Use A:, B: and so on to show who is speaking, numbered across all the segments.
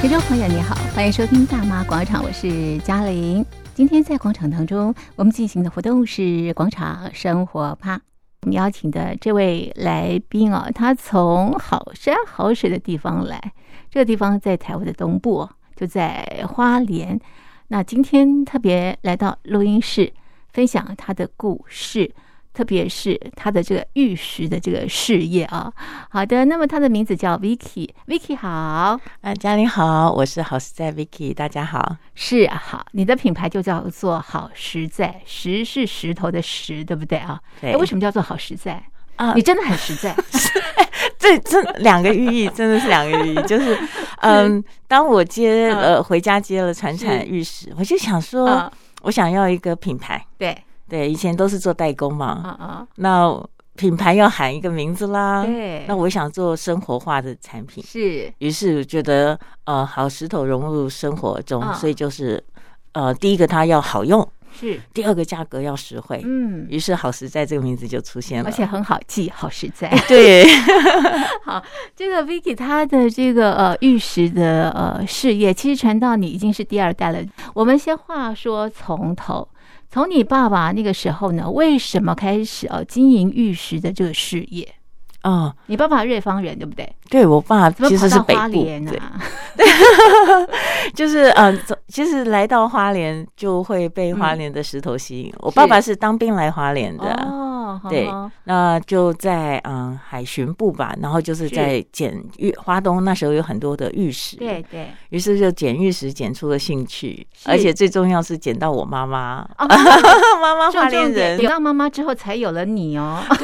A: 听众朋友，你好，欢迎收听《大妈广场》，我是嘉玲。今天在广场当中，我们进行的活动是广场生活趴。我们邀请的这位来宾哦，他从好山好水的地方来，这个地方在台湾的东部哦，就在花莲。那今天特别来到录音室，分享他的故事，特别是他的这个玉石的这个事业啊。好的，那么他的名字叫 Vicky，Vicky 好。
B: 啊，嘉玲好，我是好实在 Vicky，大家好。
A: 是啊，好，你的品牌就叫做好实在，石是石头的石，对不对啊？
B: 对
A: 哎为什么叫做好实在？
B: 啊
A: 你真的很实 在，
B: 这这两个寓意真的是两个寓意， 就是嗯，当我接
A: 嗯
B: 呃回家接了传产
A: 是
B: 玉石，我就想说
A: 嗯，
B: 我想要一个品牌。
A: 对，
B: 对，以前都是做代工
A: 啊
B: 嘛，
A: 啊，
B: 那品牌要喊一个名字啦。
A: 对
B: 那我想做生活化的产品，
A: 是
B: 于是我觉得呃，好石头融入生活中，
A: 嗯
B: 所以就是呃，第一个它要好用，
A: 是，
B: 第二个价格要实惠。
A: 嗯，
B: 于是“好实在”这个名字就出现了，
A: 而且很好记，好实在。
B: 对，
A: 这个 Vicky 她的这个呃玉石的呃事业，其实传到你已经是第二代了。我们先话说从头，从你爸爸那个时候呢，为什么开始呃经营玉石的这个事业？
B: 哦，
A: 你爸爸瑞芳人对不对？
B: 对我爸
A: 怎么
B: 其
A: 跑
B: 实是
A: 到
B: 北
A: 花
B: 部，
A: 莲
B: 对，
A: 啊？
B: 就是嗯，走其实来到花莲就会被花莲的石头吸引。我爸爸是当兵来花莲的，
A: 嗯哦，好
B: 啊对
A: 好
B: 那就在嗯海巡部吧，然后就是
A: 是
B: 在捡玉，花东那时候有很多的玉石，
A: 对，对，
B: 于是就捡玉石捡出了兴趣，
A: 是
B: 而且最重要是捡到我妈妈，
A: 哦
B: 妈妈花莲人
A: 有，到妈妈之后才有了你哦。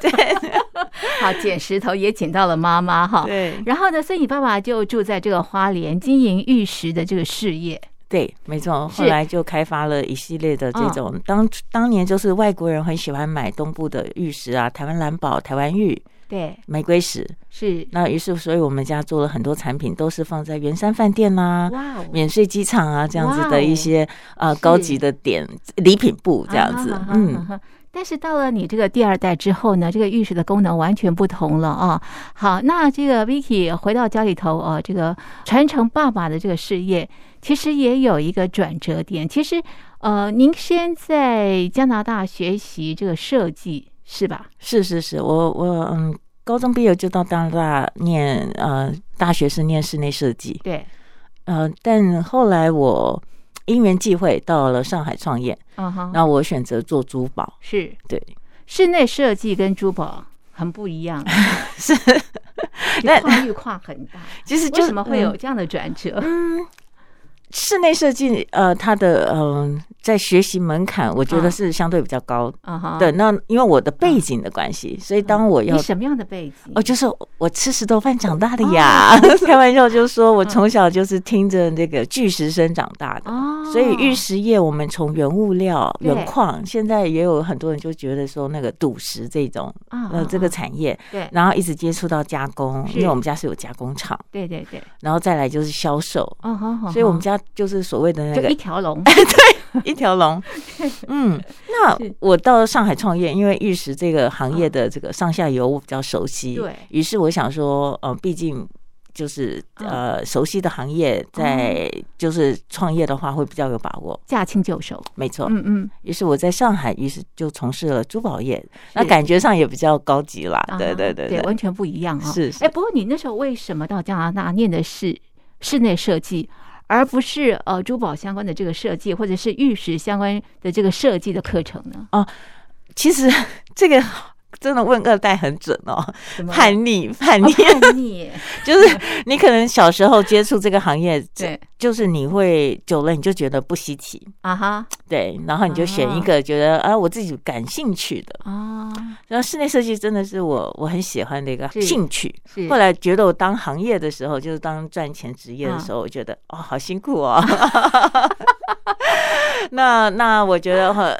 B: 对
A: 好，捡石头也捡到了妈妈哈。
B: 对
A: 然后呢，所以你爸爸就住在这个花莲，经营玉石的这个事业。
B: 对，没错。
A: 是嗯
B: 后来就开发了一系列的这种，当当年就是外国人很喜欢买东部的玉石啊，台湾蓝宝、台湾玉、
A: 对，
B: 玫瑰石。
A: 是
B: 那于是，所以我们家做了很多产品，都是放在圆山饭店啦、
A: 哇哦，
B: 免税机场啊这样子
A: 哇哦
B: 的一些呃
A: 是
B: 高级的点礼品部这样子
A: 啊。哈哈
B: 嗯，
A: 哈哈但是到了你这个第二代之后呢，这个玉石的功能完全不同了啊。好，那这个 Vicky 回到家里头啊，这个传承爸爸的这个事业，其实也有一个转折点。其实，呃，您先在加拿大学习这个设计是吧？
B: 是是是，我我嗯，高中毕业就到加拿大念呃大学是念室内设计，
A: 对，
B: 呃，但后来我因缘际会到了上海创业。
A: 嗯哼，
B: 那我选择做珠宝，
A: 是
B: 对，
A: 室内设计跟珠宝很不一 样，
B: 是，
A: 这
B: 那
A: 跨域跨很 大。
B: 其实就
A: 为什么会有
B: 嗯
A: 这样的转折？
B: 室内设计？呃，它的嗯、呃在学习门槛，我觉
A: 啊
B: 得是相对比较高
A: 啊哈，
B: 的。那因为我的背景的关系，所以当我
A: 嗯
B: 要
A: 你哦什么样的背景？
B: 哦，就是我吃石头饭长大的呀， 开玩笑就说
A: 嗯
B: 我从小就是听着那个巨石声长大的。
A: 哦，
B: 所以玉石业，我们从原物料、
A: 对
B: 原矿，现在也有很多人就觉得说那个赌石这种，
A: 啊，
B: 呃，
A: 啊
B: 这个
A: 啊
B: 产业，
A: 对
B: 然后一直接触到加工，
A: 是
B: 因为我们家是有加工厂，
A: 对对对，
B: 然后再来就是销售，
A: 哦好好，
B: 所以我们
A: 好
B: 家就是所谓的那
A: 就
B: 嗯 个
A: 一条龙
B: 一条龙。 嗯，那
A: 是
B: 我到上海创业，因为玉石这个行业的这个上下游我比较熟悉，
A: 对
B: 于是我想说，呃，毕竟。就是
A: 嗯
B: 呃，熟悉的行业，在就是创业的话会比较有把握，
A: 驾轻就 熟。
B: 没错。
A: 嗯嗯，
B: 于是我在上海，于是就从事了珠宝业，那
A: 是
B: 感觉上也比较高级啦
A: 啊。
B: 对
A: 哈
B: 对对
A: 对，完全不一样啊。
B: 是是
A: 哎，不过你那时候为什么到加拿大念的是室内设计？而不是呃珠宝相关的这个设计，或者是玉石相关的这个设计的课程呢？
B: 其实 这个真的问二代很准哦，
A: 怎么
B: 叛逆叛逆
A: 哦， 叛逆，
B: 就是 你可能小时候接触这个行业，
A: 对
B: 就是你会久了你就觉得不稀奇，
A: 啊哈
B: 对，然后你就选
A: 哦
B: 一个觉得啊我自己感兴趣的。
A: 啊，
B: 然后室内设计真的是我我很喜欢的一个
A: 是
B: 兴趣。
A: 是
B: 后来觉得我当行业的时候，就是当赚钱职业的
A: 嗯
B: 时候，我觉得哦好辛苦哦。 那那我觉得哈。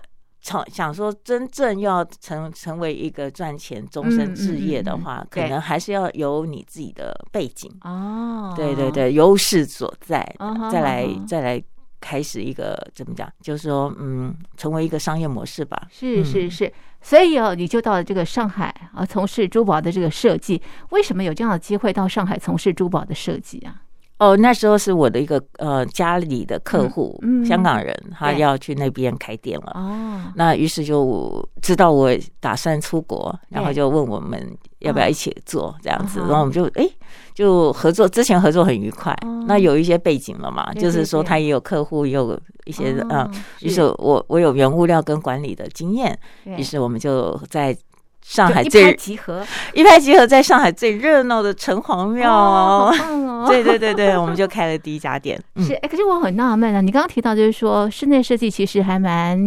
B: 从想说，真正要成成为一个赚钱终
A: 嗯嗯
B: 身
A: 嗯
B: 置业的话，
A: 对
B: 可能还是要有你自己的背景。
A: 哦，
B: 对对，对，优势所在，
A: 啊哈
B: 再来
A: 啊哈
B: 再来开始一个怎么讲，就是说，嗯，成为一个商业模式吧。
A: 是
B: 嗯
A: 是是，所以哦，你就到了这个上海啊，从事珠宝的这个设计。为什么有这样的机会到上海从事珠宝的设计啊？
B: 哦，那时候是我的一个呃家里的客户，
A: 嗯嗯
B: 香港人，他
A: 对
B: 要去那边开店了。
A: 哦，
B: 那于是就知道我打算出国，然后
A: 对嗯
B: 就问我们要不要一起做这样子，
A: 啊哈
B: 然后我们就哎、就合作，之前合作很愉快
A: 哦。
B: 那有一些背景了嘛，
A: 对
B: 就是
A: 对
B: 说
A: 对
B: 他也有客户，也有一些嗯
A: 哦，
B: 于是我我有原物料跟管理的经验，
A: 对
B: 于是我们就在上
A: 就
B: 海
A: 一拍
B: 最
A: 即合，
B: 一拍即合，在上海最热闹的城隍庙
A: 哦，
B: 哦
A: 好，棒哦！
B: 对对对对，我们就开了第一家店。嗯
A: 是，哎，可是我很纳闷啊，你刚刚提到就是说室内设计其实还蛮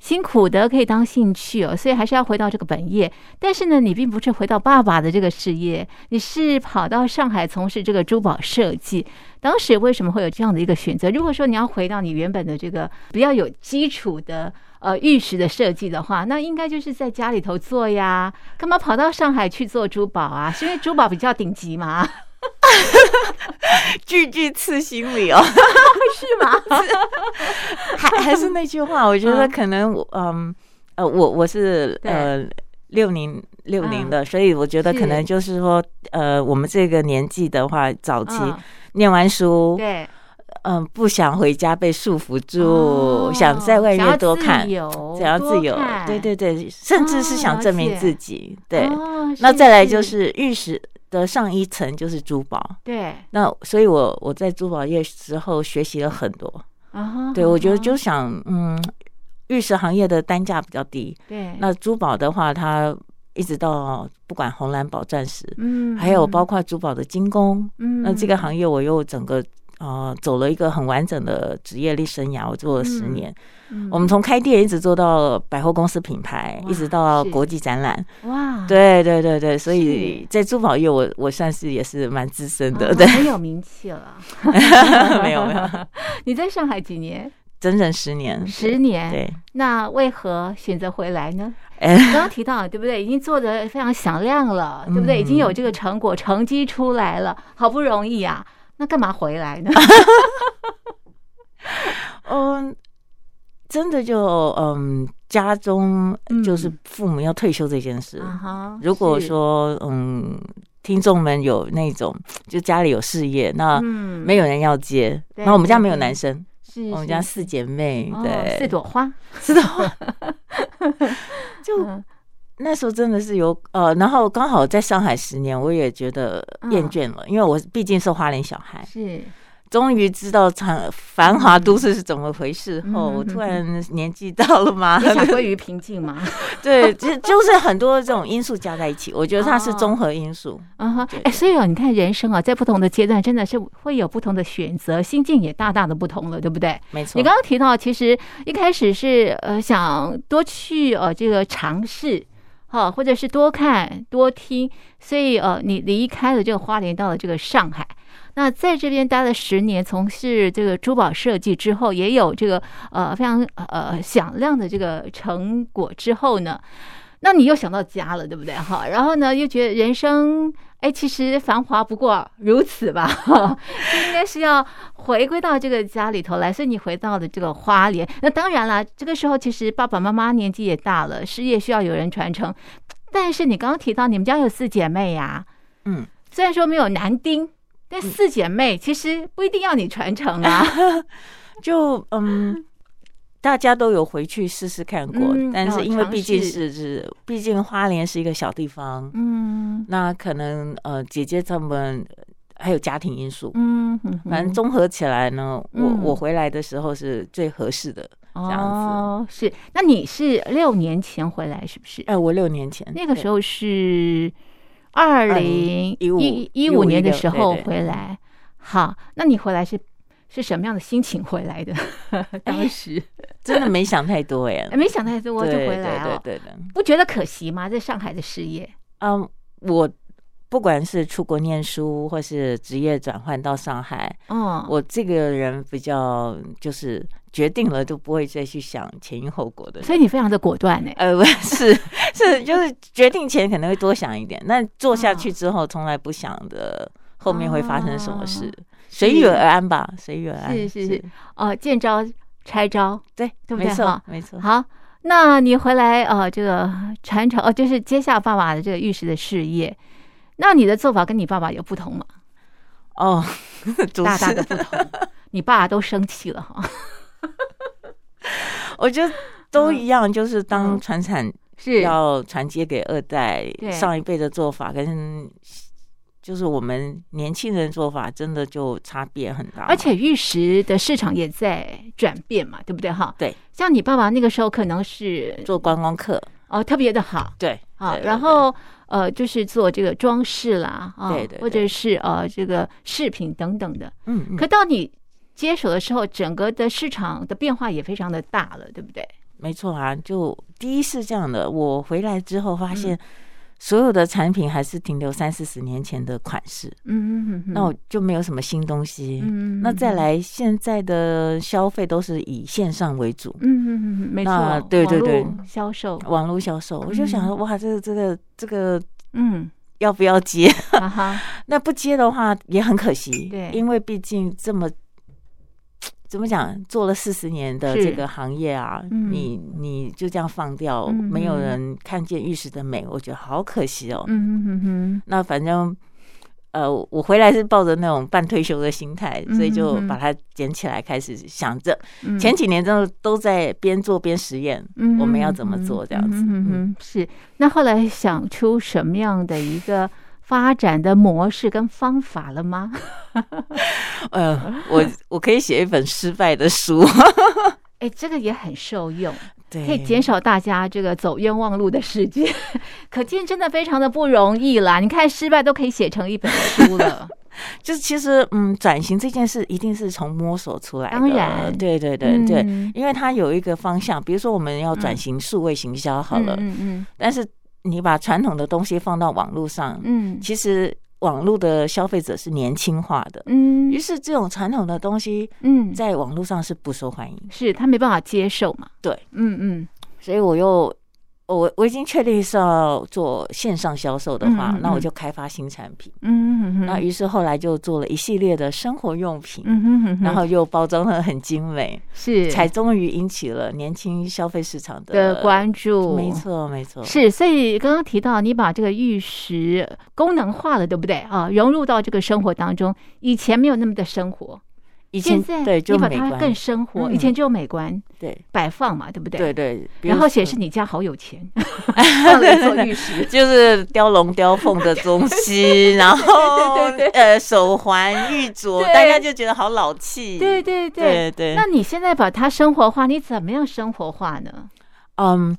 A: 辛苦的，可以当兴趣哦，所以还是要回到这个本业。但是呢，你并不是回到爸爸的这个事业，你是跑到上海从事这个珠宝设计。当时为什么会有这样的一个选择？如果说你要回到你原本的这个比较有基础的。呃，玉石的设计的话，那应该就是在家里头做呀，干嘛跑到上海去做珠宝啊？是因为珠宝比较顶级嘛？
B: 句句刺心里哦，
A: 是吗？
B: 还还是那句话，我觉得可能我嗯呃我我是
A: 对
B: 呃六零六零的，所以我觉得
A: 是
B: 可能嗯就是说呃我们这个年纪的话，早期
A: 嗯
B: 念完书，
A: 对，
B: 嗯不想回家被束缚
A: 哦
B: 住，想在外面多看，
A: 想要自由，
B: 想要自由
A: 哦多看，
B: 对对对，甚至是
A: 哦
B: 想证明
A: 了解
B: 自己，对。
A: 哦
B: 那再来就，是玉石的上一层就是珠宝。
A: 对
B: 那所以我，我在珠宝业之后学习了很多。
A: 啊，
B: 对，我觉得就是想，嗯，玉石行业的单价比较低，
A: 对，
B: 那珠宝的话，它一直到不管红蓝宝钻石，
A: 嗯，
B: 还有包括珠宝的精工，
A: 嗯，
B: 那这个行业我又整个。呃，走了一个很完整的职业历生涯，我做了十
A: 嗯
B: 年。
A: 嗯，
B: 我们从开店一直做到百货公司品牌，
A: 哇
B: 一直到
A: 是啊
B: 国际展览。
A: 哇，
B: 对对对对，所以在珠宝业我，我算是也是蛮资深的。
A: 啊
B: 对，
A: 很有名气了。
B: 没有没有，
A: 你在上海几年？
B: 整整十年。
A: 十年。
B: 对，
A: 那为何选择回来呢？
B: 哎
A: 你刚刚提到，对不对？已经做的非常响亮了，对不对？已经
B: 嗯
A: 有这个成果、成绩出来了，好不容易啊，那干嘛回来
B: 啊
A: 呢？
B: 嗯，真的就嗯，家中
A: 嗯
B: 就是父母要退休这件事。
A: 啊哈
B: 如果，
A: 是
B: 说嗯，听众们有那种就家里有事业，那
A: 嗯，
B: 啊没有人要接，
A: 对
B: 然后我们家
A: 对
B: 没有
A: 对
B: 男生，
A: 是，
B: 我们
A: 是
B: 家
A: 是
B: 哦四姐妹，
A: 哦
B: 对，嗯
A: 四朵花，
B: 四朵花就
A: 嗯
B: 那时候真的是有呃，然后刚好在上海十年，我也觉得
A: 嗯
B: 厌倦了，因为我毕竟是花莲小孩，
A: 是
B: 终于知道繁繁华都市是怎么回事后，
A: 嗯
B: 我突然年纪到了嘛，
A: 也想归于平静 嘛。
B: 对，就就是很多这种因素加在一起，我觉得它
A: 哦
B: 是综合因素。
A: 啊哈，
B: 对
A: 哎，所以哦，你看人生啊，在不同的阶段，真的是会有不同的选择，心境也大大的不同了，对不对？
B: 没错，
A: 你刚刚提到，其实一开始是呃想多去呃这个尝试，哈、或者是多看多听，所以呃你离开了这个花莲，到了这个上海。那在这边待了十年，从事这个珠宝设计之后，也有这个呃非常呃响亮的这个成果之后呢，那你又想到家了，对不对？哈，然后呢，又觉得人生，哎，其实繁华不过如此吧，应该是要回归到这个家里头来。所以你回到了这个花莲，那当然啦，这个时候其实爸爸妈妈年纪也大了，事业需要有人传承。但是你刚刚提到你们家有四姐妹呀、
B: 嗯，
A: 虽然说没有男丁，但四姐妹其实不一定要你传承 啊。
B: 就嗯。大家都有回去试试看过，
A: 嗯
B: 但
A: 要
B: 是因为
A: 尝
B: 毕竟
A: 试
B: 是是，毕竟花莲是一个小地方，
A: 嗯
B: 那可能呃，姐姐他们呃还有家庭因素，
A: 嗯，
B: 反正综合起来呢，
A: 嗯
B: 我我回来的时候是最合适的。这样子
A: 哦，是。那你是六年前回来是不是？
B: 哎，我六年前
A: 那个时候是二零
B: 2015
A: 一五年的
B: 16
A: 时候
B: 对对
A: 回来。好，那你回来是是什么样的心情回来的？
B: 哎
A: 当时、呃
B: 对真的没想太多哎，
A: 没想太多
B: 对
A: 就
B: 对
A: 回来哦
B: 对
A: 了，
B: 对的，
A: 不觉得可惜吗？在上海的事业，
B: 嗯，我不管是出国念书，或是职业转换到上海，
A: 嗯，
B: 我这个人比较就是决定了就不会再去想前因后果的人。
A: 所以你非常的果断呢、
B: 呃，不是是，就是决定前可能会多想一点，那做下
A: 嗯
B: 去之后，从来不想的后面会发生什么事，随遇而安吧，随遇而安。
A: 啊是是是，
B: 呃
A: 哦，见招拆招。
B: 对，
A: 对不
B: 没
A: 对哈
B: 错，没错。
A: 好，那你回来呃，这个传承哦，就是接下爸爸的这个玉石的事业，那你的做法跟你爸爸有不同吗？
B: 哦，主
A: 大大
B: 持
A: 的不同。 你爸都生气了哈，
B: 我觉得都一样，就是当
A: 嗯
B: 传产
A: 是
B: 要传接给二代
A: 对
B: 上一辈的做法，跟就是我们年轻人做法，真的就差别很大。
A: 而且玉石的市场也在转变嘛，对不对哈？
B: 对，
A: 像你爸爸那个时候可能是
B: 做观光客，
A: 哦特别的好
B: 对
A: 啊，
B: 对
A: 然后呃就是做这个装饰啦啊，
B: 对对对
A: 或者是呃这个饰品等等的。
B: 对嗯，嗯
A: 可到你接手的时候，整个的市场的变化也非常的大了，对不对？
B: 没错啊，就第一是这样的，我回来之后
A: 嗯
B: 发现，所有的产品还是停留三四十年前的款式，
A: 嗯嗯嗯，
B: 那我就没有什么新东西。
A: 嗯
B: 那再，来，现在的消费都是以线上为主，
A: 嗯嗯嗯嗯，没错
B: 那，对对对
A: 网络销售，
B: 网络销售，我就想说，哇，这个这个这个
A: 嗯，
B: 要不要接？
A: 哈哈，
B: 那不接的话也很可惜，
A: 对
B: 因为毕竟这么。怎么讲？做了四十年的
A: 是
B: 这个行业啊，
A: 嗯
B: 你你就这样放掉，
A: 嗯
B: 没有人看见玉石的美，我觉得好可惜哦。
A: 嗯嗯嗯
B: 那反正，呃，我回来是抱着那种半退休的心态，
A: 嗯
B: 所以就
A: 嗯嗯
B: 把它捡起来，开始想着。
A: 嗯，
B: 前几年都都在边做边 实验，
A: 嗯
B: 我们要怎么做这样子
A: 嗯嗯
B: 嗯
A: 嗯，是。那后来想出什么样的一个发展的模式跟方法了吗？
B: 呃，我我可以写一本失败的书，
A: 哎，这个也很受用，
B: 对，
A: 可以减少大家这个走冤枉路的事件， 可见真的非常的不容易啦。你看失败都可以写成一本书了，
B: 就是其实，嗯，转型这件事一定是从摸索出来的，
A: 当然
B: 对对 对对，
A: 嗯
B: 因为它有一个方向，比如说我们要转型数位行销好了，
A: 嗯嗯
B: 但是你把传统的东西放到网络上，
A: 嗯
B: 其实网络的消费者是年轻化的，
A: 嗯
B: 于是这种传统的东西
A: 嗯，
B: 在网络上是不受欢迎，
A: 是他没办法接受嘛？
B: 对，
A: 嗯嗯
B: 所以我又。我我已经确定是要做线上销售的话，
A: 嗯嗯
B: 那我
A: 嗯
B: 就开发新产品。
A: 嗯嗯，
B: 那于是后来就做了一系列的生活用品，
A: 嗯哼哼哼，
B: 然后又包装的很精美，
A: 是
B: 才终于引起了年轻消费市场的
A: 的关注，
B: 没错，没错，
A: 是，所以刚刚提到你把这个玉石功能化了，对不对啊？融入到这个生活当中，以前没有那么的生活，
B: 以前
A: 现在
B: 对就
A: 你把
B: 美
A: 它
B: 观，
A: 更生活，以
B: 嗯
A: 前只有美观
B: 对
A: 摆放嘛，对不对？
B: 对对，比
A: 然
B: 如
A: 后
B: 说
A: 显示你家好有 钱，放了一座玉石。
B: 就是雕龙雕凤的东西，然后
A: 对对
B: 呃手环、玉镯，
A: 对
B: 大家就觉得好老气，
A: 对对对。
B: 对对
A: 那你现在把它生活化，你怎么样生活化呢？
B: 嗯，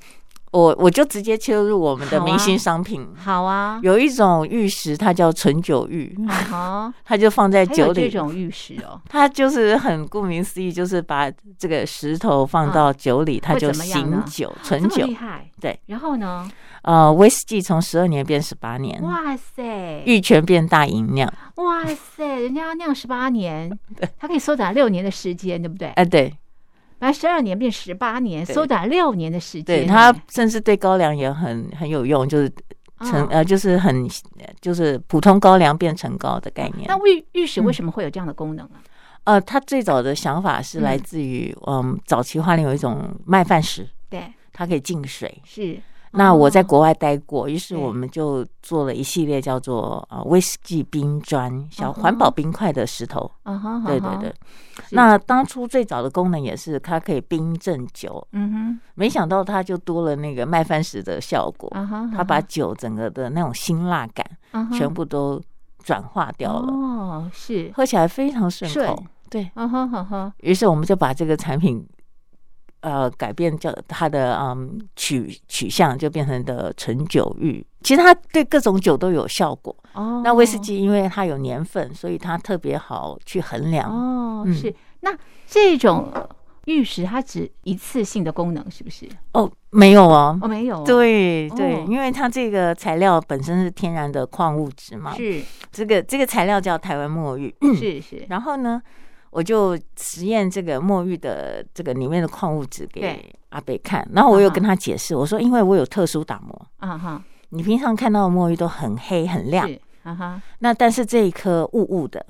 B: 我我就直接切入我们的
A: 好啊
B: 明星商品。
A: 好啊，
B: 有一种玉石，它叫纯酒玉，
A: 啊哈，
B: 它就放在
A: 还
B: 酒
A: 有这
B: 里，
A: 种玉石哦，
B: 它就是很顾名思义，就是把这个石头放到酒里，它
A: 嗯会
B: 就
A: 怎么样
B: 醒
A: 呢啊
B: 酒、
A: 这
B: 纯
A: 么
B: 酒
A: 厉。害。
B: 对，
A: 然后呢？
B: 呃，威士忌从十二年变十八年，
A: 哇塞，
B: 玉泉变大吟酿。
A: 哇塞，人家酿十八 年，他可以缩短六年的时间，对不对？
B: 哎、对
A: 把十二年变十八年，
B: 对
A: 缩短六年的时
B: 对，
A: 间呢。
B: 它甚至对高粱也很很有用，就是陈、
A: 啊
B: 呃，就是很就是普通高粱变成高的概念。
A: 那玉玉石
B: 嗯
A: 为什么会有这样的功能啊？
B: 呃，它最早的想法是来自于嗯早期花莲有一种麦饭石，
A: 对，
B: 它可以进水。
A: 是。
B: 那我在
A: 哦
B: 国外待过，于是
A: 对
B: 我们就做了一系列叫做呃威士忌冰砖小
A: 嗯哼
B: 环保冰块的石头。
A: 啊哈，
B: 对
A: 啊
B: 对
A: 哈
B: 对，，
A: 是
B: 那当初最早的功能也是它可以冰镇酒，
A: 嗯
B: 没想到它就多了那个麦饭石的效果
A: 哼，，啊哈，
B: 它把酒整个的那种辛辣感全部都转化掉
A: 掉
B: 了，
A: 哦，是，
B: 喝起来非常顺
A: 顺
B: 口。对
A: 啊哈哈哈，
B: 于是，我们就把这个产品。呃，改变叫它的嗯取取向就变成的纯酒玉，其实它对各种酒都有效果。
A: 哦，
B: 那威士忌因为它有年份，所以它特别好去衡量。
A: 哦，
B: 嗯
A: 是。那这种玉石它只一次性的功能是不是？
B: 哦，没有哦，
A: 哦，没有哦，
B: 对对
A: 哦，
B: 因为它这个材料本身是天然的矿物质嘛，
A: 是
B: 这个这个材料叫台湾墨玉。
A: 是是，
B: 然后呢，我就实验这个墨玉的这个里面的矿物质给
A: 对
B: 阿北看，然后我有
A: 啊哈
B: 跟他解释，我说因为我有特殊打磨，
A: 啊哈，
B: 你平常看到的墨玉都很黑很亮，
A: 是啊哈，
B: 那但是这一颗雾雾的，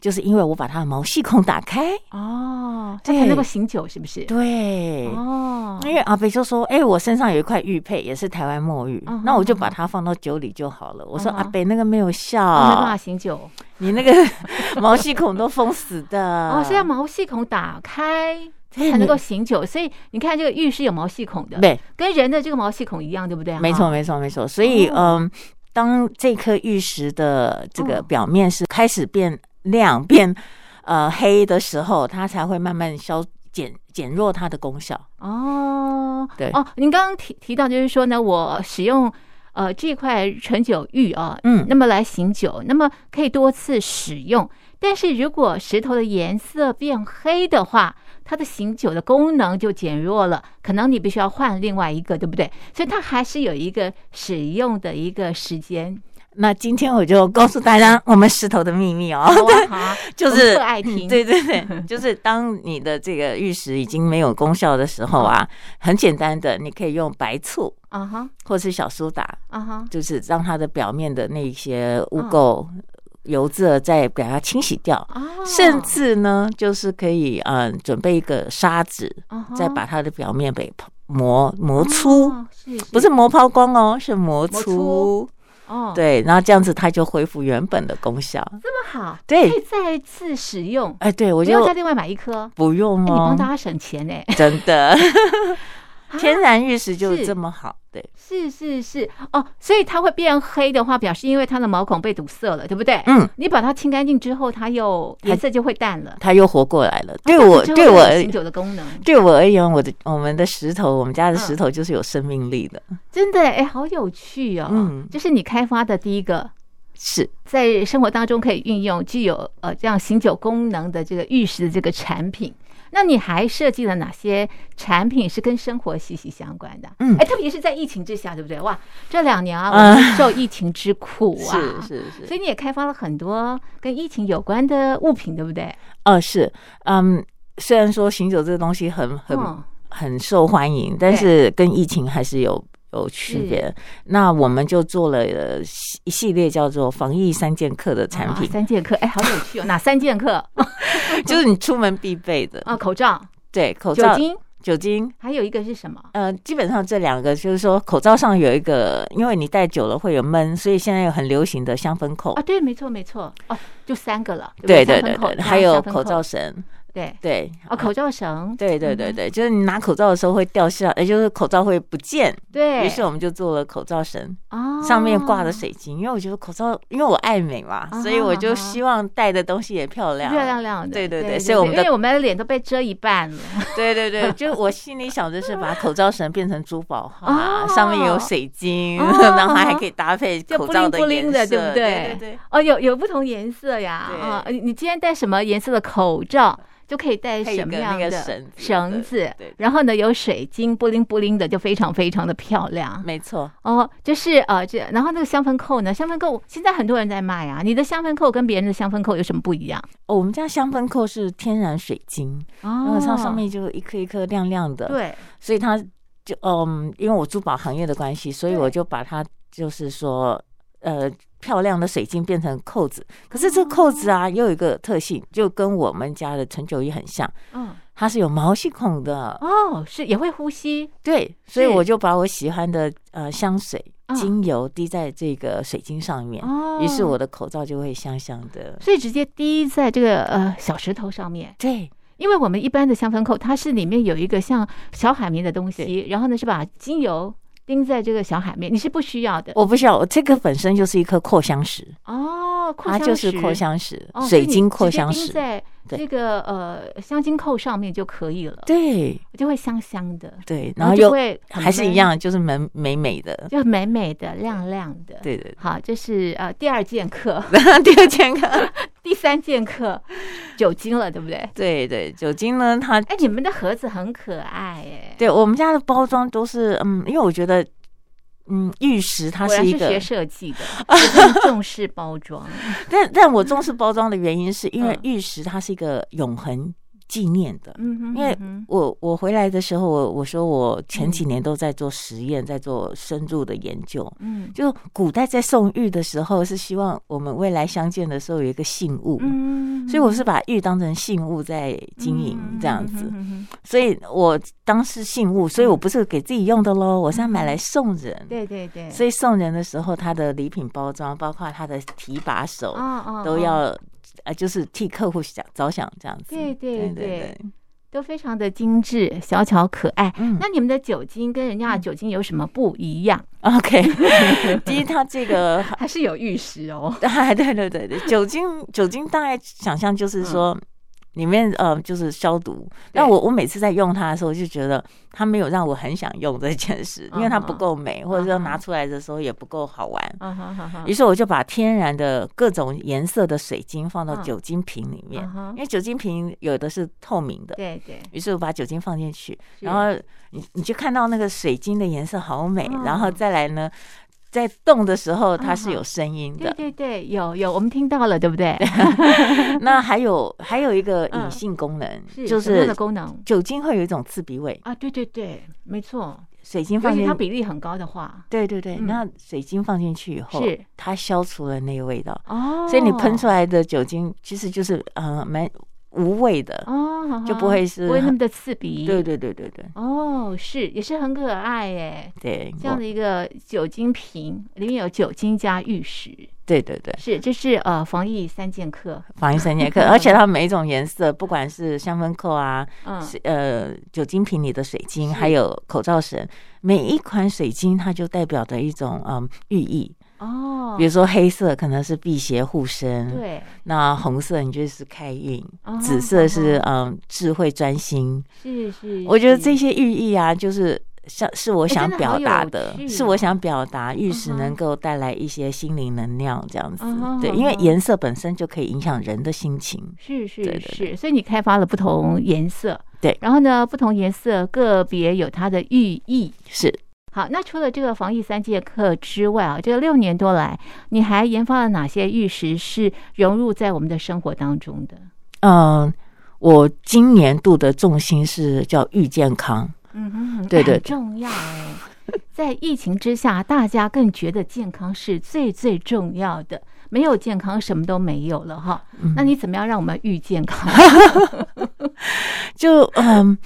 B: 就是因为我把它的毛细孔打开。
A: 哦，这
B: 对
A: 才能够醒酒，是不是？
B: 对，
A: 哦，
B: 因为阿北就说：“哎、我身上有一块玉佩，也是台湾墨玉
A: 嗯哼
B: 那我就把它放到酒里就好了。”我说：“
A: 嗯哼
B: 阿北那个没有效，
A: 哦没办法醒酒。
B: 你那个 毛细孔都封死的。”
A: 哦，是要毛细孔打开
B: 对
A: 才能
B: 你
A: 够醒酒，所以你看这个玉是有毛细孔的，
B: 对，
A: 跟人的这个毛细孔一样，对不对？
B: 没错，，没错，没错。所以，
A: 哦
B: 嗯，当这颗玉石的这个
A: 哦
B: 表面是开始变亮、变 呃黑的时候，它才会慢慢消减减弱它的功效。
A: 哦，
B: 对
A: 哦，您刚刚提提到就是说呢，我使用呃这块纯酒玉啊，
B: 嗯
A: 那么来醒酒，那么可以多次使用。但是如果石头的颜色变黑的话，它的醒酒的功能就减弱了，可能你必须要换另外一个，对不对？所以它还是有一个使用的一个时间。
B: 那今天我就告诉大家我们石头的秘密 哦。
A: 好啊好啊
B: 就是
A: 我特爱听
B: 嗯对对对，就是当你的这个玉石已经没有功效的时候啊，很简单的，你可以用白醋
A: 啊哈
B: 或是小苏打，
A: 啊哈，
B: 就是让它的表面的那一些污
A: 嗯
B: 垢、油渍再把它清洗掉，
A: 哦，
B: 甚至呢，就是可以嗯准备一个砂纸，
A: 啊哈
B: 再把它的表面给磨磨粗。
A: 哦是
B: 不是磨抛光哦，是磨
A: 磨
B: 粗，
A: 粗哦，，
B: 对，然后这样子它就恢复原本的功效。
A: 这么好，
B: 对
A: 可以再次使用，
B: 哎，对我
A: 不要
B: 就
A: 再另外买一颗。
B: 不用
A: 哎你
B: 哦
A: 帮，大家省钱哎、
B: 真 的，天
A: 啊
B: 然玉石就是这么好，对，
A: 是是是哦，所以它会变黑的话，表示因为它的毛孔被堵塞了，对不对？
B: 嗯，
A: 你把它清干净之后，它又
B: 它
A: 颜色就会淡了。
B: 它又活过来了。对我，
A: 哦就
B: 对我
A: 会有
B: 而
A: 醒酒的功能，
B: 对我而言，我的我们的石头，我们家的
A: 嗯
B: 石头就是有生命力的，
A: 真的哎，好有趣哦！
B: 嗯
A: 这是你开发的第一个
B: 是
A: 在生活当中可以运用、具有呃这样醒酒功能的这个玉石的这个产品。那你还设计了哪些产品是跟生活息息相关的？
B: 嗯
A: 哎，特别是在疫情之下，对不对？哇，这两年啊，
B: 嗯
A: 我们受疫情之苦啊，
B: 是是
A: 所
B: 是，
A: 以你也开发了很多跟疫情有关的物品，对不对？
B: 哦是，嗯，虽然说醒酒这个东西很很
A: 嗯
B: 很受欢迎，但是跟疫情还是有。有区
A: 嗯
B: 别，那我们就做了呃一系列叫做“防疫三剑客”的产
A: 啊
B: 品，
A: 三剑客，哎，好有趣 哦！哪三剑 客？
B: 就是你出门必备的，
A: 啊，口罩、
B: 对，口
A: 酒
B: 罩、
A: 精，
B: 酒精，
A: 还有一个是什么？
B: 呃，基本上这两个就是说，口罩上有一个，因为你戴久了会有闷，所以现在有很流行的香氛扣。
A: 啊，对，没错，没错，哦，就三个了，不
B: 对对
A: 香
B: 对
A: 氛口
B: 对，
A: 罩
B: 还有
A: 香氛
B: 口罩绳，
A: 对，
B: 对，
A: 哦，口嗯罩绳，
B: 对对对对，就是你拿口罩的时候会掉下，也就是口罩会不见。
A: 对，
B: 于是我们就做了口罩绳，
A: 哦，
B: 上面挂的水晶，因为我觉得口罩，因为我爱美嘛，所以我
A: 啊
B: 就希望戴的东西也漂亮。
A: 漂亮亮的，
B: 对对
A: 对
B: 对所以我们
A: 因
B: 的
A: 为我们的脸都被遮一半了，
B: 对对对，就是我心里想的是把口罩绳变成珠宝
A: 哦
B: 花，上面有水晶，
A: 哦
B: 然后还可以搭配
A: 就
B: 口
A: 布
B: 罩
A: 灵
B: 的
A: 布灵
B: 颜
A: 的，
B: 色，
A: 对不
B: 对对对。
A: 哦，有有不同颜色呀，啊，
B: 对
A: 你你今天戴什么颜色的口罩？就可以戴
B: 配一
A: 什么
B: 个
A: 样
B: 那个
A: 的
B: 绳子
A: 绳
B: 对
A: 子
B: 对对
A: 然后呢有水晶，布灵布灵的，就非常非常的漂亮
B: 没错，
A: 哦。就是呃这，然后那个香氛扣呢，香氛扣现在很多人在卖啊。你的香氛扣跟别人的香氛扣有什么不一样？
B: 哦，我们家香氛扣是天然水晶，然
A: 哦
B: 后它上面就一颗一颗亮亮的，，
A: 对
B: 所以它就嗯，因为我珠宝行业的关系，所以
A: 对
B: 我就把它就是说呃漂亮的水晶变成扣子。可是
A: 哦
B: 这扣子啊，又有一个特性，就跟我们家的陈九一很像，
A: 嗯
B: 它是有毛细孔的，
A: 哦是也会呼吸
B: 对，所以
A: 是
B: 我就把我喜欢的呃香水
A: 嗯、
B: 精油滴在这个水晶上面，
A: 哦，
B: 于是我的口罩就会香香的。
A: 所以直接滴在这个呃小石头上面，
B: 对，
A: 因为我们一般的香氛扣，它是里面有一个像小海绵的东西，然后呢是把精油钉在这个小海绵，你是不需要的
B: 我不需要，我这个本身就是一颗扩香石，
A: 哦。扩
B: 它
A: 香石
B: 就是扩，香石，
A: 哦
B: 水晶扩
A: 所以
B: 香
A: 你直接
B: 石
A: 钉。在这个呃香精扣上面就可以了，，
B: 对
A: 就会香香的，
B: 对，然后
A: 就
B: 又
A: 会很
B: 还是
A: 闷
B: 一，样，就是美美美的。
A: 就美美的、亮亮的。，
B: 对对
A: 好，这是呃第二剑客，
B: 对， 第二健康。
A: 第三剑客酒精了，对不对？
B: 对对，酒精呢，它
A: 哎，你们的盒子很可爱哎，
B: 对我们家的包装都是，嗯，因为我觉得，嗯，玉石它
A: 果
B: 是
A: 然
B: 一
A: 是
B: 个
A: 学设计的，就是很重视包装。
B: 但但我重视包装的原因，是因为
A: 嗯
B: 玉石它是一个永恒纪念的。
A: 嗯哼，
B: 因为
A: 嗯
B: 我我回来的时候，我我说我前几年都在做实验，在做深入的研究。
A: 哼
B: 就古代在送玉的时候，是希望我们未来相见的时候有一个信物，
A: 嗯，
B: 所以我是把玉当成信物在经营
A: 嗯
B: 这样子。，
A: 嗯嗯嗯嗯
B: 所以我当是信物，所以我不是给自己用的喽，我是要买来送人。
A: 嗯对对对，
B: 所以送人的时候，它的礼品包装，包括它的提把手，
A: 哦哦
B: 都
A: 哦
B: 要呃，就是替客户想着想这样子。
A: 对对
B: 对
A: 对
B: 对，
A: 都非常的精致、小巧可爱。
B: 嗯
A: 那你们的酒精跟人家的酒精有什么不一样？
B: 嗯，OK。第 一，它这个
A: 还是有玉石哦。
B: 对对对对对，酒精酒精大概想象就是
A: 嗯
B: 说。里面呃就是消毒，但我我每次在用它的时候，我就觉得它没有让我很想用这件事，
A: 嗯
B: 因为它不够美，或者说拿出来的时候也不够好玩。
A: 啊哈哈哈
B: 于是我就把天然的各种颜色的水晶放到
A: 嗯
B: 酒精瓶里面
A: 啊，哈
B: 因为酒精瓶有的是透明的，
A: 对对，
B: 于是我把酒精放进去，
A: 是
B: 然后你你就看到那个水晶的颜色好美，
A: 嗯
B: 然后再来呢，在动的时候它
A: 嗯
B: 是有声音
A: 对
B: 的。
A: 对对，有有，我们听到了，对不对？
B: 那还有还有一个
A: 嗯
B: 隐性功能，就
A: 就什么样的
B: 是
A: 功能
B: 酒精会有一种刺鼻味，
A: 啊？对对对，没错。
B: 水晶
A: 而
B: 放
A: 且
B: 进
A: 它比例很高的话，
B: 对对对，
A: 嗯
B: 那水晶放进去以后
A: 是，
B: 它消除了那个味道，
A: 哦，
B: 所以你喷出来的酒精其实就是呃蛮无味的，
A: 哦，哈哈
B: 就不会是
A: 不会那 么的刺鼻。
B: 对对对对对
A: 哦，是也是很可爱耶。
B: 对，
A: 这样
B: 我
A: 的一个酒精瓶，里面有酒精加玉石，
B: 对对对，
A: 是这是呃防疫三剑客，
B: 防疫 三节课，而且它每一种颜色，不管是香氛扣啊，
A: 嗯，
B: 是呃酒精瓶里的水晶，
A: 是
B: 还有口罩绳，每一款水晶它就代表着一种嗯寓意。
A: 哦，
B: 比如说黑色可能是辟邪护身，
A: 对，
B: 那红色你就是开运
A: 哦，
B: 紫色是嗯智慧专心。
A: 是是，
B: 我觉得
A: 是
B: 这些寓意啊，就是。像是我
A: 嗯
B: 想
A: 哎真的好
B: 表
A: 有
B: 达的，
A: 趣哦
B: 是我想表达玉石
A: 嗯哼
B: 能够带来一些心灵能量，这样子。
A: 嗯哼
B: 对，
A: 嗯
B: 因为
A: 哼
B: 颜色本身就可以影响人的心情。
A: 是是是，
B: 对对
A: 所以你开发了不同颜色，
B: 对
A: 然后呢，不同颜色个别有它的寓意。
B: 是，
A: 好，那除了这个防疫三节课之外啊，这六年多来，你还研发了哪些玉石是融入在我们的生活当中的？
B: 嗯，我今年度的重心是叫遇健康，
A: 嗯哼，
B: 对对
A: 很重要
B: 哦
A: 哎。 在疫情之下，大家更觉得健康是最最重要的，没有健康什么都没有了哈。
B: 嗯
A: 那你怎么样让我们遇健康？
B: 就嗯，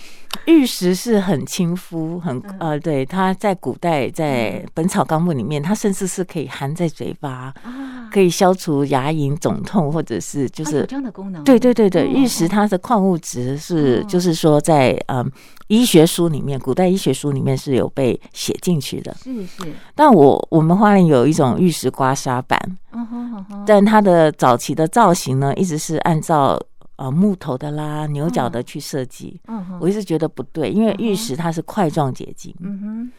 B: 玉石是很亲肤，很呃，对，它在古代在
A: 嗯
B: 《本草纲目》里面，它甚至是可以含在嘴巴，
A: 啊，
B: 可以消除牙龈肿痛，或者是 就
A: 啊
B: 是
A: 有这样的功能，
B: 对对对对，
A: 哦
B: 玉石它的矿物质是
A: 哦，
B: 就是说在嗯医学书里面，古代医学书里面是有被写进去的。
A: 是是，
B: 但我我们花莲有一种玉石刮痧板，
A: 嗯哼嗯哼，
B: 但它的早期的造型呢，一直是按照呃木头的啦、牛角的去设计。
A: 嗯哼，
B: 我一直觉得不对，因为
A: 嗯哼
B: 玉石它是块状结晶，
A: 嗯哼，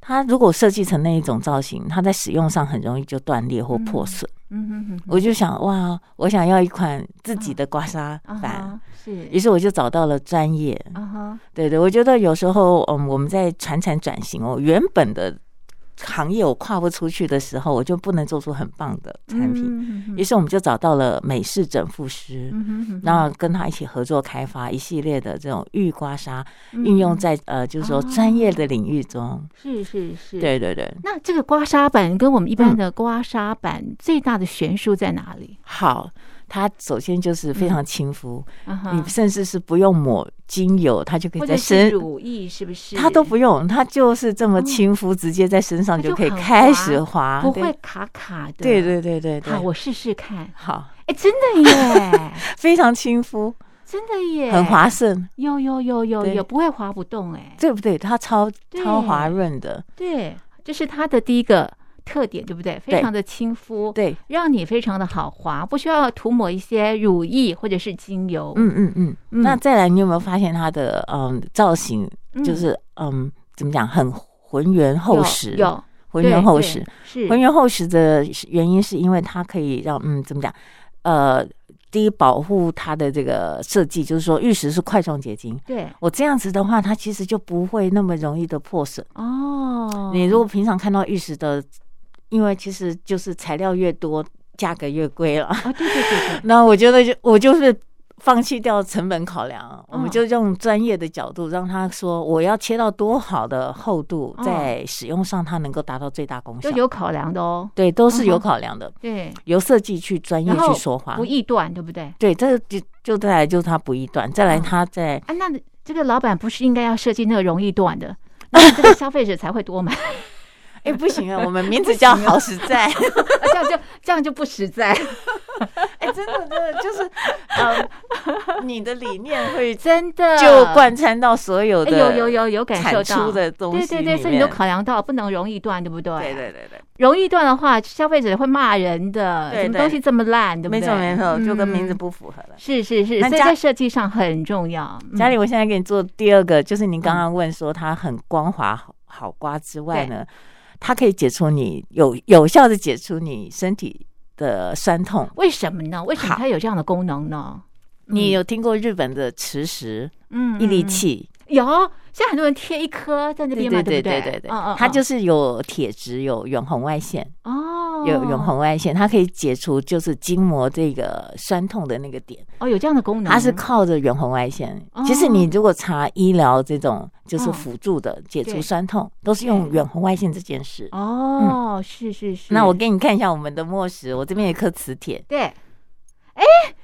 B: 它如果设计成那一种造型，它在使用上很容易就断裂或破损。
A: 嗯哼哼哼，
B: 我就想，哇，我想要一款自己的刮痧
A: 啊
B: 板。
A: 哈是
B: 于是我就找到了专业，
A: 啊哈，
B: 对对，我觉得有时候，嗯，我们在传产转型哦，原本的行业我跨不出去的时候，我就不能做出很棒的产品。
A: 品
B: 于
A: 是，
B: 是我们就找到了美式整复师，
A: 嗯哼哼，
B: 那跟他一起合作开发一系列的这种玉刮痧，
A: 嗯
B: 运用在呃，就是说专业的领域中。
A: 是是是，。
B: 对对对，
A: 那这个刮痧板跟我们一般的刮痧板最大的悬殊在哪里？
B: 好，它首先就是
A: 嗯
B: 非常亲肤，
A: 啊
B: 你
A: 哈，
B: 甚至是不用抹精油，它就可
A: 或
B: 以
A: 者
B: 在
A: 是
B: 身，
A: 乳液是不是？
B: 它都不用，它就是这么亲肤，直接在身上
A: 它就
B: 就可以
A: 很
B: 开
A: 滑
B: 始滑，
A: 不
B: 对
A: 会。卡卡的。
B: 对对对对
A: 啊好，
B: 对，
A: 我试试看。
B: 好，
A: 哎，真的 耶，
B: 非常亲肤，
A: 真的耶，
B: 很，滑顺，
A: 有有有有
B: 对
A: 有，不会滑不动哎。
B: 对不对？它超
A: 对
B: 超滑润的，
A: 对，这是它的第一个特点，对不对？非
B: 对
A: 常的亲肤，
B: 对，
A: 让你非常的好滑，不需要涂抹一些乳液或者是精油。
B: 嗯嗯嗯。
A: 嗯，
B: 那再来，你有没有发现它的嗯造型
A: 嗯
B: 就是嗯怎么讲，很浑圆厚
A: 有
B: 实，
A: 有
B: 浑圆厚，
A: 对
B: 实，
A: 对是
B: 浑圆厚实的原因是因为它可以让嗯怎么讲，呃，第一保护它的这个设计，就是说玉石是块状结晶。
A: 对
B: 我这样子的话，它其实就不会那么容易的破损。
A: 哦。
B: 你如果平常看到玉石的，因为其实就是材料越多，价格越贵了。
A: 哦，对对对对，
B: 那我觉得就我就是放弃掉成本考量，我们就用专业的角度让他说，我要切到多好的厚度，
A: 哦
B: 在使用上它能够达到最大功效
A: 就。有考量的哦。
B: 对，都是有
A: 嗯哼
B: 考量的，
A: 对，
B: 由设计去专业
A: 然后
B: 去说话
A: 不。易断，对不对？
B: 对，这就就再来就是他不易断，再来
A: 嗯
B: 他在
A: 啊，那这个老板不是应该要设计那个容易断的，那这个消费者才会多买，
B: 哎不行啊，我们名字叫好实 在，
A: 啊这样就这样就不实在。
B: 哎真的真的就是，嗯，你的理念会
A: 真的
B: 就贯穿到所有
A: 哎
B: 的
A: 有有有有感受
B: 产
A: 到
B: 出的东
A: 对
B: 西
A: 对对，
B: 里
A: 所以你都
B: 面
A: 考量到不能啊容易断，对不对？
B: 对对对对。
A: 容易断的话，消费者会骂人的，
B: 对
A: 什么
B: 对
A: 东西这么烂，对不
B: 没
A: 对？
B: 错没错，就跟名字
A: 嗯
B: 不符合了。
A: 是是是，所
B: 那
A: 以
B: 家
A: 在设计上很重要。嗯
B: 家里，我现在给你做第二个，就是您刚刚问说它很光滑好好刮之外呢，它可以解除你有有效的解除你身体的酸痛。
A: 为什么呢？为什么
B: 好
A: 它有这样的功能呢？
B: 你有听过日本的磁石
A: 嗯
B: 毅力
A: 嗯嗯
B: 器？
A: 有，现在很多人贴一颗在那边嘛，
B: 对
A: 不
B: 对
A: 对
B: 对对
A: 嗯嗯，，
B: 它就是是有铁质，有远红外线，
A: 哦，
B: 有远红外线，它可以解除就是筋膜这个酸痛的那个点。
A: 哦，有这样的功能，
B: 它是靠着远红外线
A: 哦。
B: 其实你如果查医疗这种就是
A: 嗯
B: 辅助的解除
A: 对
B: 酸痛，都是用
A: 对
B: 远红外线这件事。
A: 哦，是是是。
B: 嗯那我给你看一下我们的墨石，我这边有一颗磁铁，
A: 对，哎，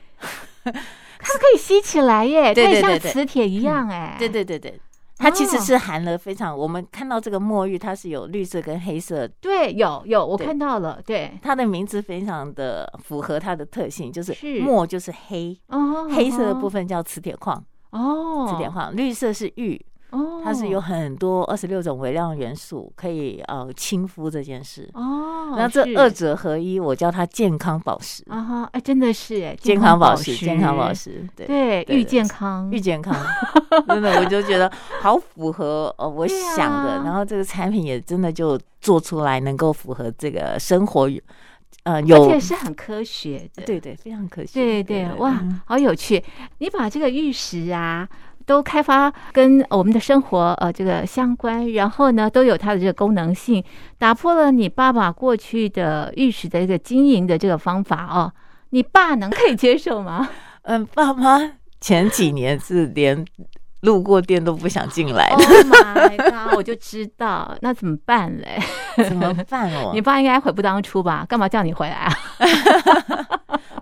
A: 它可以吸起来耶，
B: 对
A: 它也
B: 对
A: 像
B: 对对嗯
A: 磁铁一样哎，
B: 对对对对，它其实是含了非常，我们看到这个墨玉，它是有绿色跟黑色，
A: 对，有有，我
B: 对
A: 看到了，对，
B: 它的名字非常的符合它的特性，就是
A: 是
B: 墨就是黑，
A: 哦，
B: 黑色的部
A: 分
B: 分叫磁铁矿，
A: 哦，
B: 磁铁矿，绿色是玉，
A: 哦，
B: 它是有很多二十六种微量元素可以呃亲肤这件事。
A: 哦，
B: 那这
A: 是
B: 二者合一，我叫它健康宝石，
A: 啊哈，哎，真的是哎，
B: 健
A: 康
B: 康
A: 宝
B: 宝石，健康宝，石，对
A: 对，
B: 对
A: 遇
B: 对
A: 健康
B: 愈，健康，真的，我就觉得好符合呃我
A: 对啊
B: 想的，然后这个产品也真的就做出来，能够符合这个生活，呃，
A: 而
B: 有
A: 且是很科学的，
B: 对对，非常可惜，
A: 对对，哇
B: 嗯，
A: 好有趣！你把这个玉石啊，都开发跟我们的生活呃这个相关，然后呢，都有它的这个功能性，打破了你爸爸过去的玉石的这个经营的这个方法哦。你爸能可以接受吗？
B: 嗯，爸妈前几年是连路过店都不想进来
A: Oh my god！我就知道，那怎么办 嘞？
B: 的，怎 么办哦
A: 你？爸应该悔不当初吧？干嘛叫你回来 啊？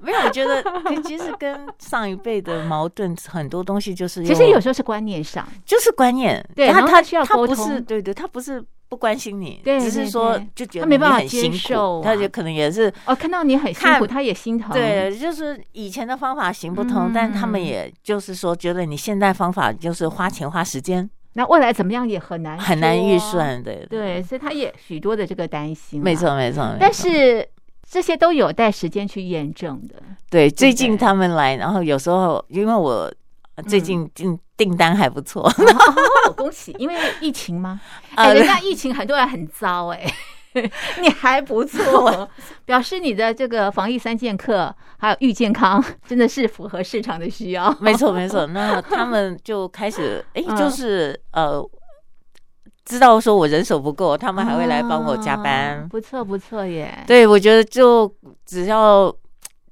B: 没有，我觉得其实跟上一辈的矛盾很多东西就是
A: 其实
B: 用
A: 有时候是观念上，
B: 就是观念，
A: 对然
B: 他
A: 后
B: 他
A: 他需要
B: 他
A: 沟
B: 不
A: 通
B: 是，对对，他不是不关心你，
A: 对
B: 只
A: 对
B: 是说
A: 对
B: 就觉
A: 他
B: 得
A: 没
B: 你
A: 办法
B: 很辛
A: 接
B: 苦
A: 受
B: 他
A: 啊
B: 就可能也是
A: 哦，看到你很辛苦，
B: 看
A: 他也心疼。
B: 对，就是以前的方法行不通，但他们
A: 嗯
B: 也就是说觉得你现在方法就是花钱花时间，
A: 那未来怎么样也很难
B: 很难预
A: 说。
B: 算，对
A: 啊对，，所以他也许多的这个担心，啊
B: 没。错没错。没
A: 但
B: 错
A: 是这些都有待时间去验证 的。
B: 对最
A: 不对嗯
B: 近他们来，然后有时候因为我呃最近订订单还不错，
A: 哦，恭喜！因为疫情吗？哎，
B: 呃
A: 人家疫情很多人很糟哎、 你还不 错，表示你的这个防疫三剑客还有预健康，真的是符合市场的需 要。
B: 没错没错。那他们就开 始哎，
A: 嗯
B: 就是呃。知道说我人手不够，他们还会来帮我加班。
A: 啊不错不错耶。
B: 对，我觉得就只要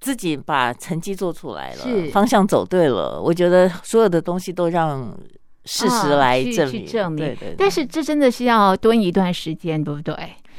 B: 自己把成绩做出来
A: 是
B: 了，方向走对了，我觉得所有的东西都让事实
A: 啊
B: 来
A: 去
B: 证
A: 去
B: 明。
A: 证明
B: 对对对
A: 但是这真的是要蹲一段时间，对不对？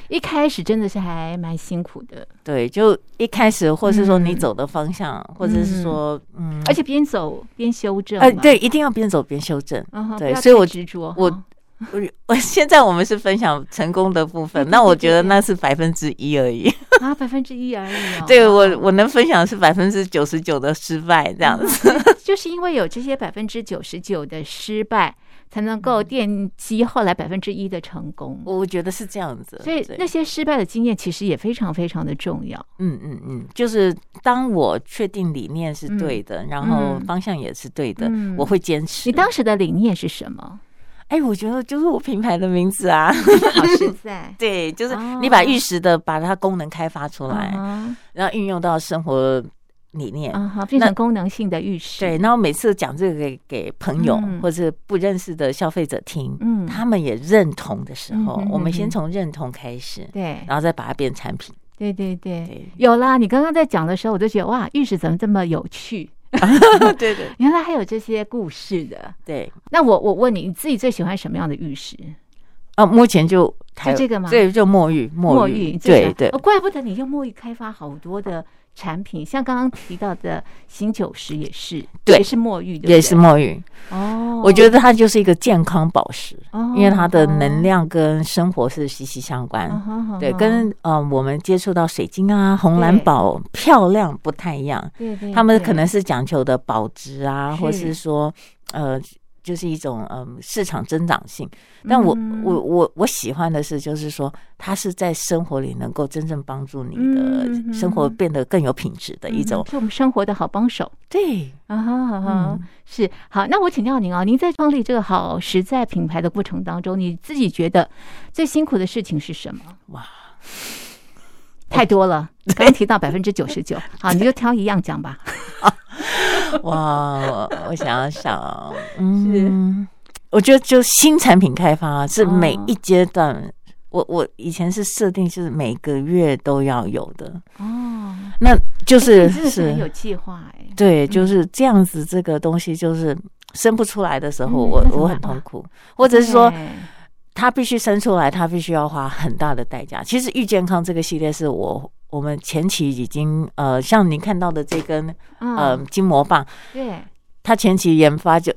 A: 一开始真的是还蛮辛苦的，
B: 对，就一开始，或是说你
A: 嗯
B: 走的方向，或者是说，嗯，
A: 而且边走边修正嘛。
B: 呃，对，一定要边走边修正。
A: 嗯哼，
B: 对
A: 不要
B: 所以
A: 太
B: 我
A: 执着
B: 我
A: 哈
B: 我我现在我们是分享成功的部
A: 对
B: 分，
A: 对
B: 那我
A: 对对
B: 觉得
A: 对
B: 那是百分之一 而已。。
A: 啊，百分之一而已、哦 嗯
B: 对我我能分享的是百分之九十九的失败这样子。
A: 就是因为有这些百分之九十九的失败，才能够奠基后来百分之一的成功。
B: 嗯我觉得是这样子，
A: 所以
B: 对
A: 那些失败的经验其实也非常非常的重要。
B: 嗯嗯嗯，就是当我确定理念是对的，然后
A: 嗯
B: 方向也是对的，
A: 嗯
B: 我会坚持。
A: 你当时的理念是什么？
B: 哎、我觉得就是我品牌的名字 啊，。
A: 好实在
B: 对，就是
A: 哦
B: 你把玉石的把它功能开发出来，
A: 啊
B: 然后运用到生活理念。
A: 哈，啊哈，变成功能性的浴室。
B: 对，，然后每次讲这个给给朋友、
A: 嗯
B: 或者不认识的消费者听，
A: 嗯，
B: 他们也认同的时候，
A: 嗯哼
B: 我们
A: 嗯
B: 先
A: 哼
B: 从认同开始，
A: 对，
B: 然后再把它变产品。
A: 对对对，
B: 对，
A: 有啦。你刚刚在讲的时候，我就觉得哇，浴室怎么这么有趣？
B: 对对
A: 原来还有这些故事的。
B: 对，
A: 那我我问你，你自己最喜欢什么样的玉石？
B: 哦，目前就台
A: 就这个吗
B: 对，就墨玉，墨
A: 玉，你最喜
B: 对
A: 欢
B: 对
A: 哦，怪不得你用墨玉开发好多的产品，像刚刚提到的醒酒石也是，
B: 对
A: 也是墨玉，对不对
B: 也是墨玉。
A: 哦。
B: 我觉得它就是一个健康宝石，
A: 哦
B: 因为它的能量跟生活是息息相关。
A: 嗯哼哼
B: 对，
A: 哼
B: 跟呃我们接触到水晶啊、红蓝
A: 对
B: 宝漂亮不太一样，
A: 对对，
B: 他们可
A: 对
B: 能是讲求的保值啊，或
A: 是
B: 是说呃就是一种嗯、市场增长性。但我、
A: 嗯
B: 我我我喜欢的是，就是说它是在生活里能够真正帮助你
A: 嗯
B: 的生活变得更有品质的一种
A: 嗯。是我们生活的好帮手。
B: 对，
A: 啊哈啊
B: 嗯
A: 哈，是好。那我请教您啊，您在创立这个好实在品牌的过程当中，你自己觉得最辛苦的事情是什么？
B: 哇，
A: 太多了，刚刚提到百分之九十 九，好，你就挑一样讲吧。
B: 哇，我我想 想，嗯，我觉得就新产品开发啊是每
A: 哦
B: 一阶段，我我以前是设定就是每个月都要有的，
A: 哦，
B: 那就
A: 哎
B: 是
A: 你真的是很有
B: 是，
A: 计划哎。
B: 对，就是这样子，这个东西就是。生不出来的时候，
A: 嗯
B: 我
A: 那怎么
B: 我很
A: 办
B: 痛苦，或者是说
A: 对
B: 他必须生出来，他必须要花很大的代价。其实育健康这个系列是我我们前期已经呃，像您看到的这根呃
A: 嗯，
B: 筋膜棒，
A: 对，
B: 他前期研发就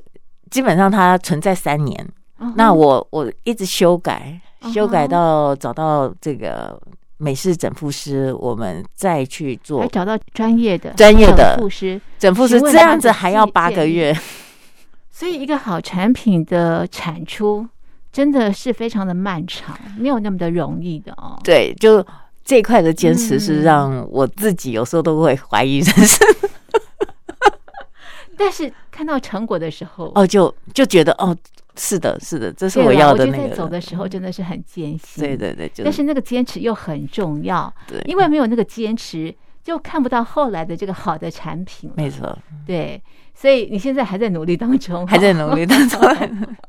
B: 基本上它存在三年，
A: 嗯
B: 那我我一直修改
A: 嗯哼，
B: 修改到找到这个美式整复师，我们再去做
A: 还找到专业的
B: 专业的
A: 整复师，
B: 整复师，
A: 哎询问
B: 这
A: 他
B: 样子
A: 的
B: 还要
A: 建
B: 八个
A: 建议
B: 月。
A: 所以一个好产品的产出真的是非常的漫长，没有那么的容易的哦。
B: 对，就这一块的坚持
A: 嗯
B: 是让我自己有时候都会怀疑人生，
A: 但是看到成果的时候，
B: 哦，就就觉得哦，是的，是的，这是
A: 对啦，
B: 我要
A: 我
B: 的
A: 觉
B: 那
A: 得在走
B: 个。
A: 的时候真的是很艰辛，
B: 对。对对，就
A: 但是那个坚持又很重要，
B: 对，
A: 因为没有那个坚持，就看不到后来的这个好的产品了。
B: 没 错，
A: 对，所以你现在还在努力当中，
B: 还在努力当中。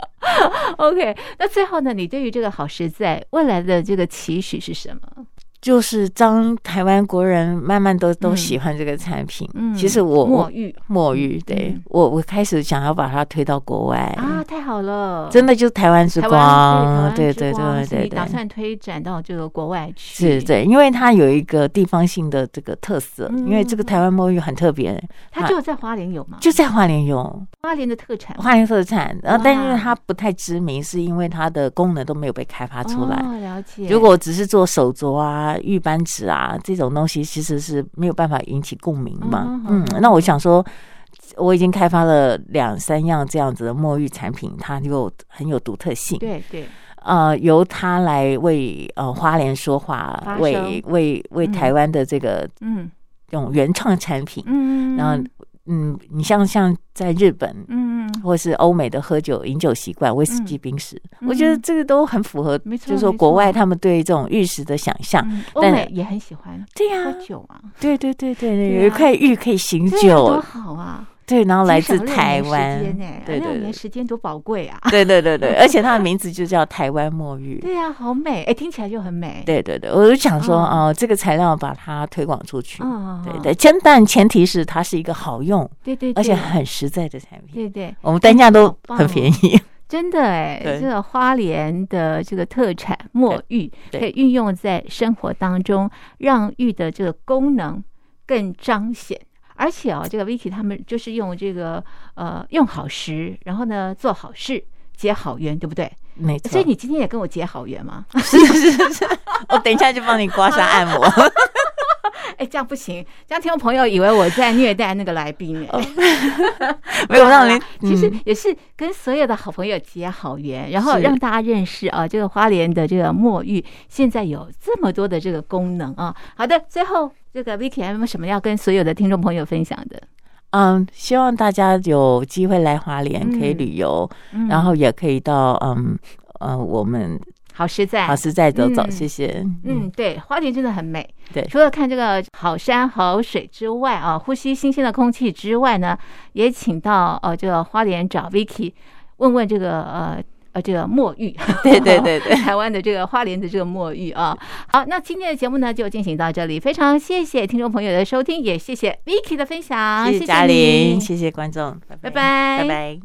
A: OK，那最后呢？你对于这个好实在未来的这个期许是什么？
B: 就是当台湾国人慢慢都都
A: 嗯
B: 喜欢这个产品，
A: 嗯
B: 其实我
A: 墨
B: 我
A: 玉
B: 墨玉，对、
A: 嗯
B: 我我开始想要把它推到国外，
A: 啊，太好了，
B: 哎真的就是台湾之
A: 台湾
B: 光，对对对
A: 是
B: 对
A: 你打
B: 对，
A: 算推展到这个国外去？
B: 是，对，因为它有一个地方性的这个特色，
A: 嗯
B: 因为这个台湾墨玉很特别，
A: 它只有在花莲有吗？
B: 就在花莲有
A: 花莲的特产
B: 啊花莲特产，
A: 哇
B: 然呃后但是它不太知名，是因为它的功能都没有被开发出来。
A: 哦，了解。
B: 如果只是做手镯啊、玉扳指啊这种东西，其实是没有办法引起共鸣嘛。
A: 嗯
B: 嗯，那我想说，我已经开发了两三样这样子的墨玉产品，它又很有独特性。，
A: 对对，
B: 呃，由它来为呃花莲说话
A: 发，声
B: 为为为
A: 嗯
B: 台湾的这个
A: 嗯
B: 这种原创产品，
A: 嗯，
B: 然后嗯，你像像在日本。
A: 嗯，
B: 或是欧美的喝酒饮酒习惯，威士忌、冰石，我觉得
A: 嗯
B: 这个都很符合，
A: 没错
B: 就是说
A: 没
B: 国
A: 错
B: 外他们对这种玉石的想象。
A: 嗯欧
B: 但
A: 美也很喜欢
B: 对呀、
A: 喝酒啊，
B: 对对对对
A: 对
B: 对，
A: 啊
B: 有一块玉可以醒
A: 对啊多
B: 酒，
A: 好啊！
B: 对，然后来
A: 至少
B: 自
A: 六
B: 台
A: 年时
B: 湾
A: 间欸，
B: 对
A: 六
B: 对
A: 年
B: 对。
A: 时间多宝贵啊！
B: 对对对对，而且它的名字就叫台湾墨玉。
A: 对啊，好美，哎，听起来就很美。
B: 对对对，我就想说，
A: 嗯
B: 哦，这个材料把它推广出去。
A: 嗯，
B: 对
A: 嗯
B: 对，前但前提是它是一个好用
A: 对对，
B: 而且
A: 对
B: 很实在的产品，
A: 对对，
B: 我们单价
A: 好
B: 都
A: 棒
B: 很
A: 哦
B: 便宜。
A: 真的哎，
B: 对
A: 这个花莲的这个特产墨玉
B: 对
A: 可以运用在生活当中，让玉的这个功能更彰显。而且哦，这个 Vicky 他们就是用这个呃用好食，然后呢做好事，结好缘，对不对？
B: 没错，
A: 所以你今天也跟我结好缘吗？
B: 是是是是， 我等一下就帮你刮痧按摩。
A: 哎，这样不行，这样听众朋友以为我在虐待那个来宾
B: 哦
A: 哎。
B: 没有让你，
A: 其实
B: 嗯
A: 也是跟所有的好朋友结好缘，然后
B: 是
A: 让大家认识啊，这个花莲的这个墨玉现在有这么多的这个功能啊。好的，最后这个 Vicky 还有没有什么要跟所有的听众朋友分享的？
B: 嗯，希望大家有机会来花莲可以
A: 嗯
B: 旅游，
A: 嗯
B: 然后也可以到嗯呃我们
A: 好实在，
B: 好实在走走，
A: 嗯
B: 谢谢。
A: 嗯，，对，花莲真的很美。
B: 对
A: 除了看这个好山好水之外啊，呼吸新鲜的空气之外呢，也请到呃这个花莲找 Vicky 问问这个呃。呃这个墨玉，
B: 对对对对
A: 台湾的这个花莲的这个墨玉啊。好，那今天的节目呢就进行到这里，非常谢谢听众朋友的收听，也谢谢 Vicky 的分享，
B: 谢
A: 谢
B: 嘉玲，
A: 你
B: 谢谢观众，
A: 拜拜
B: 拜拜。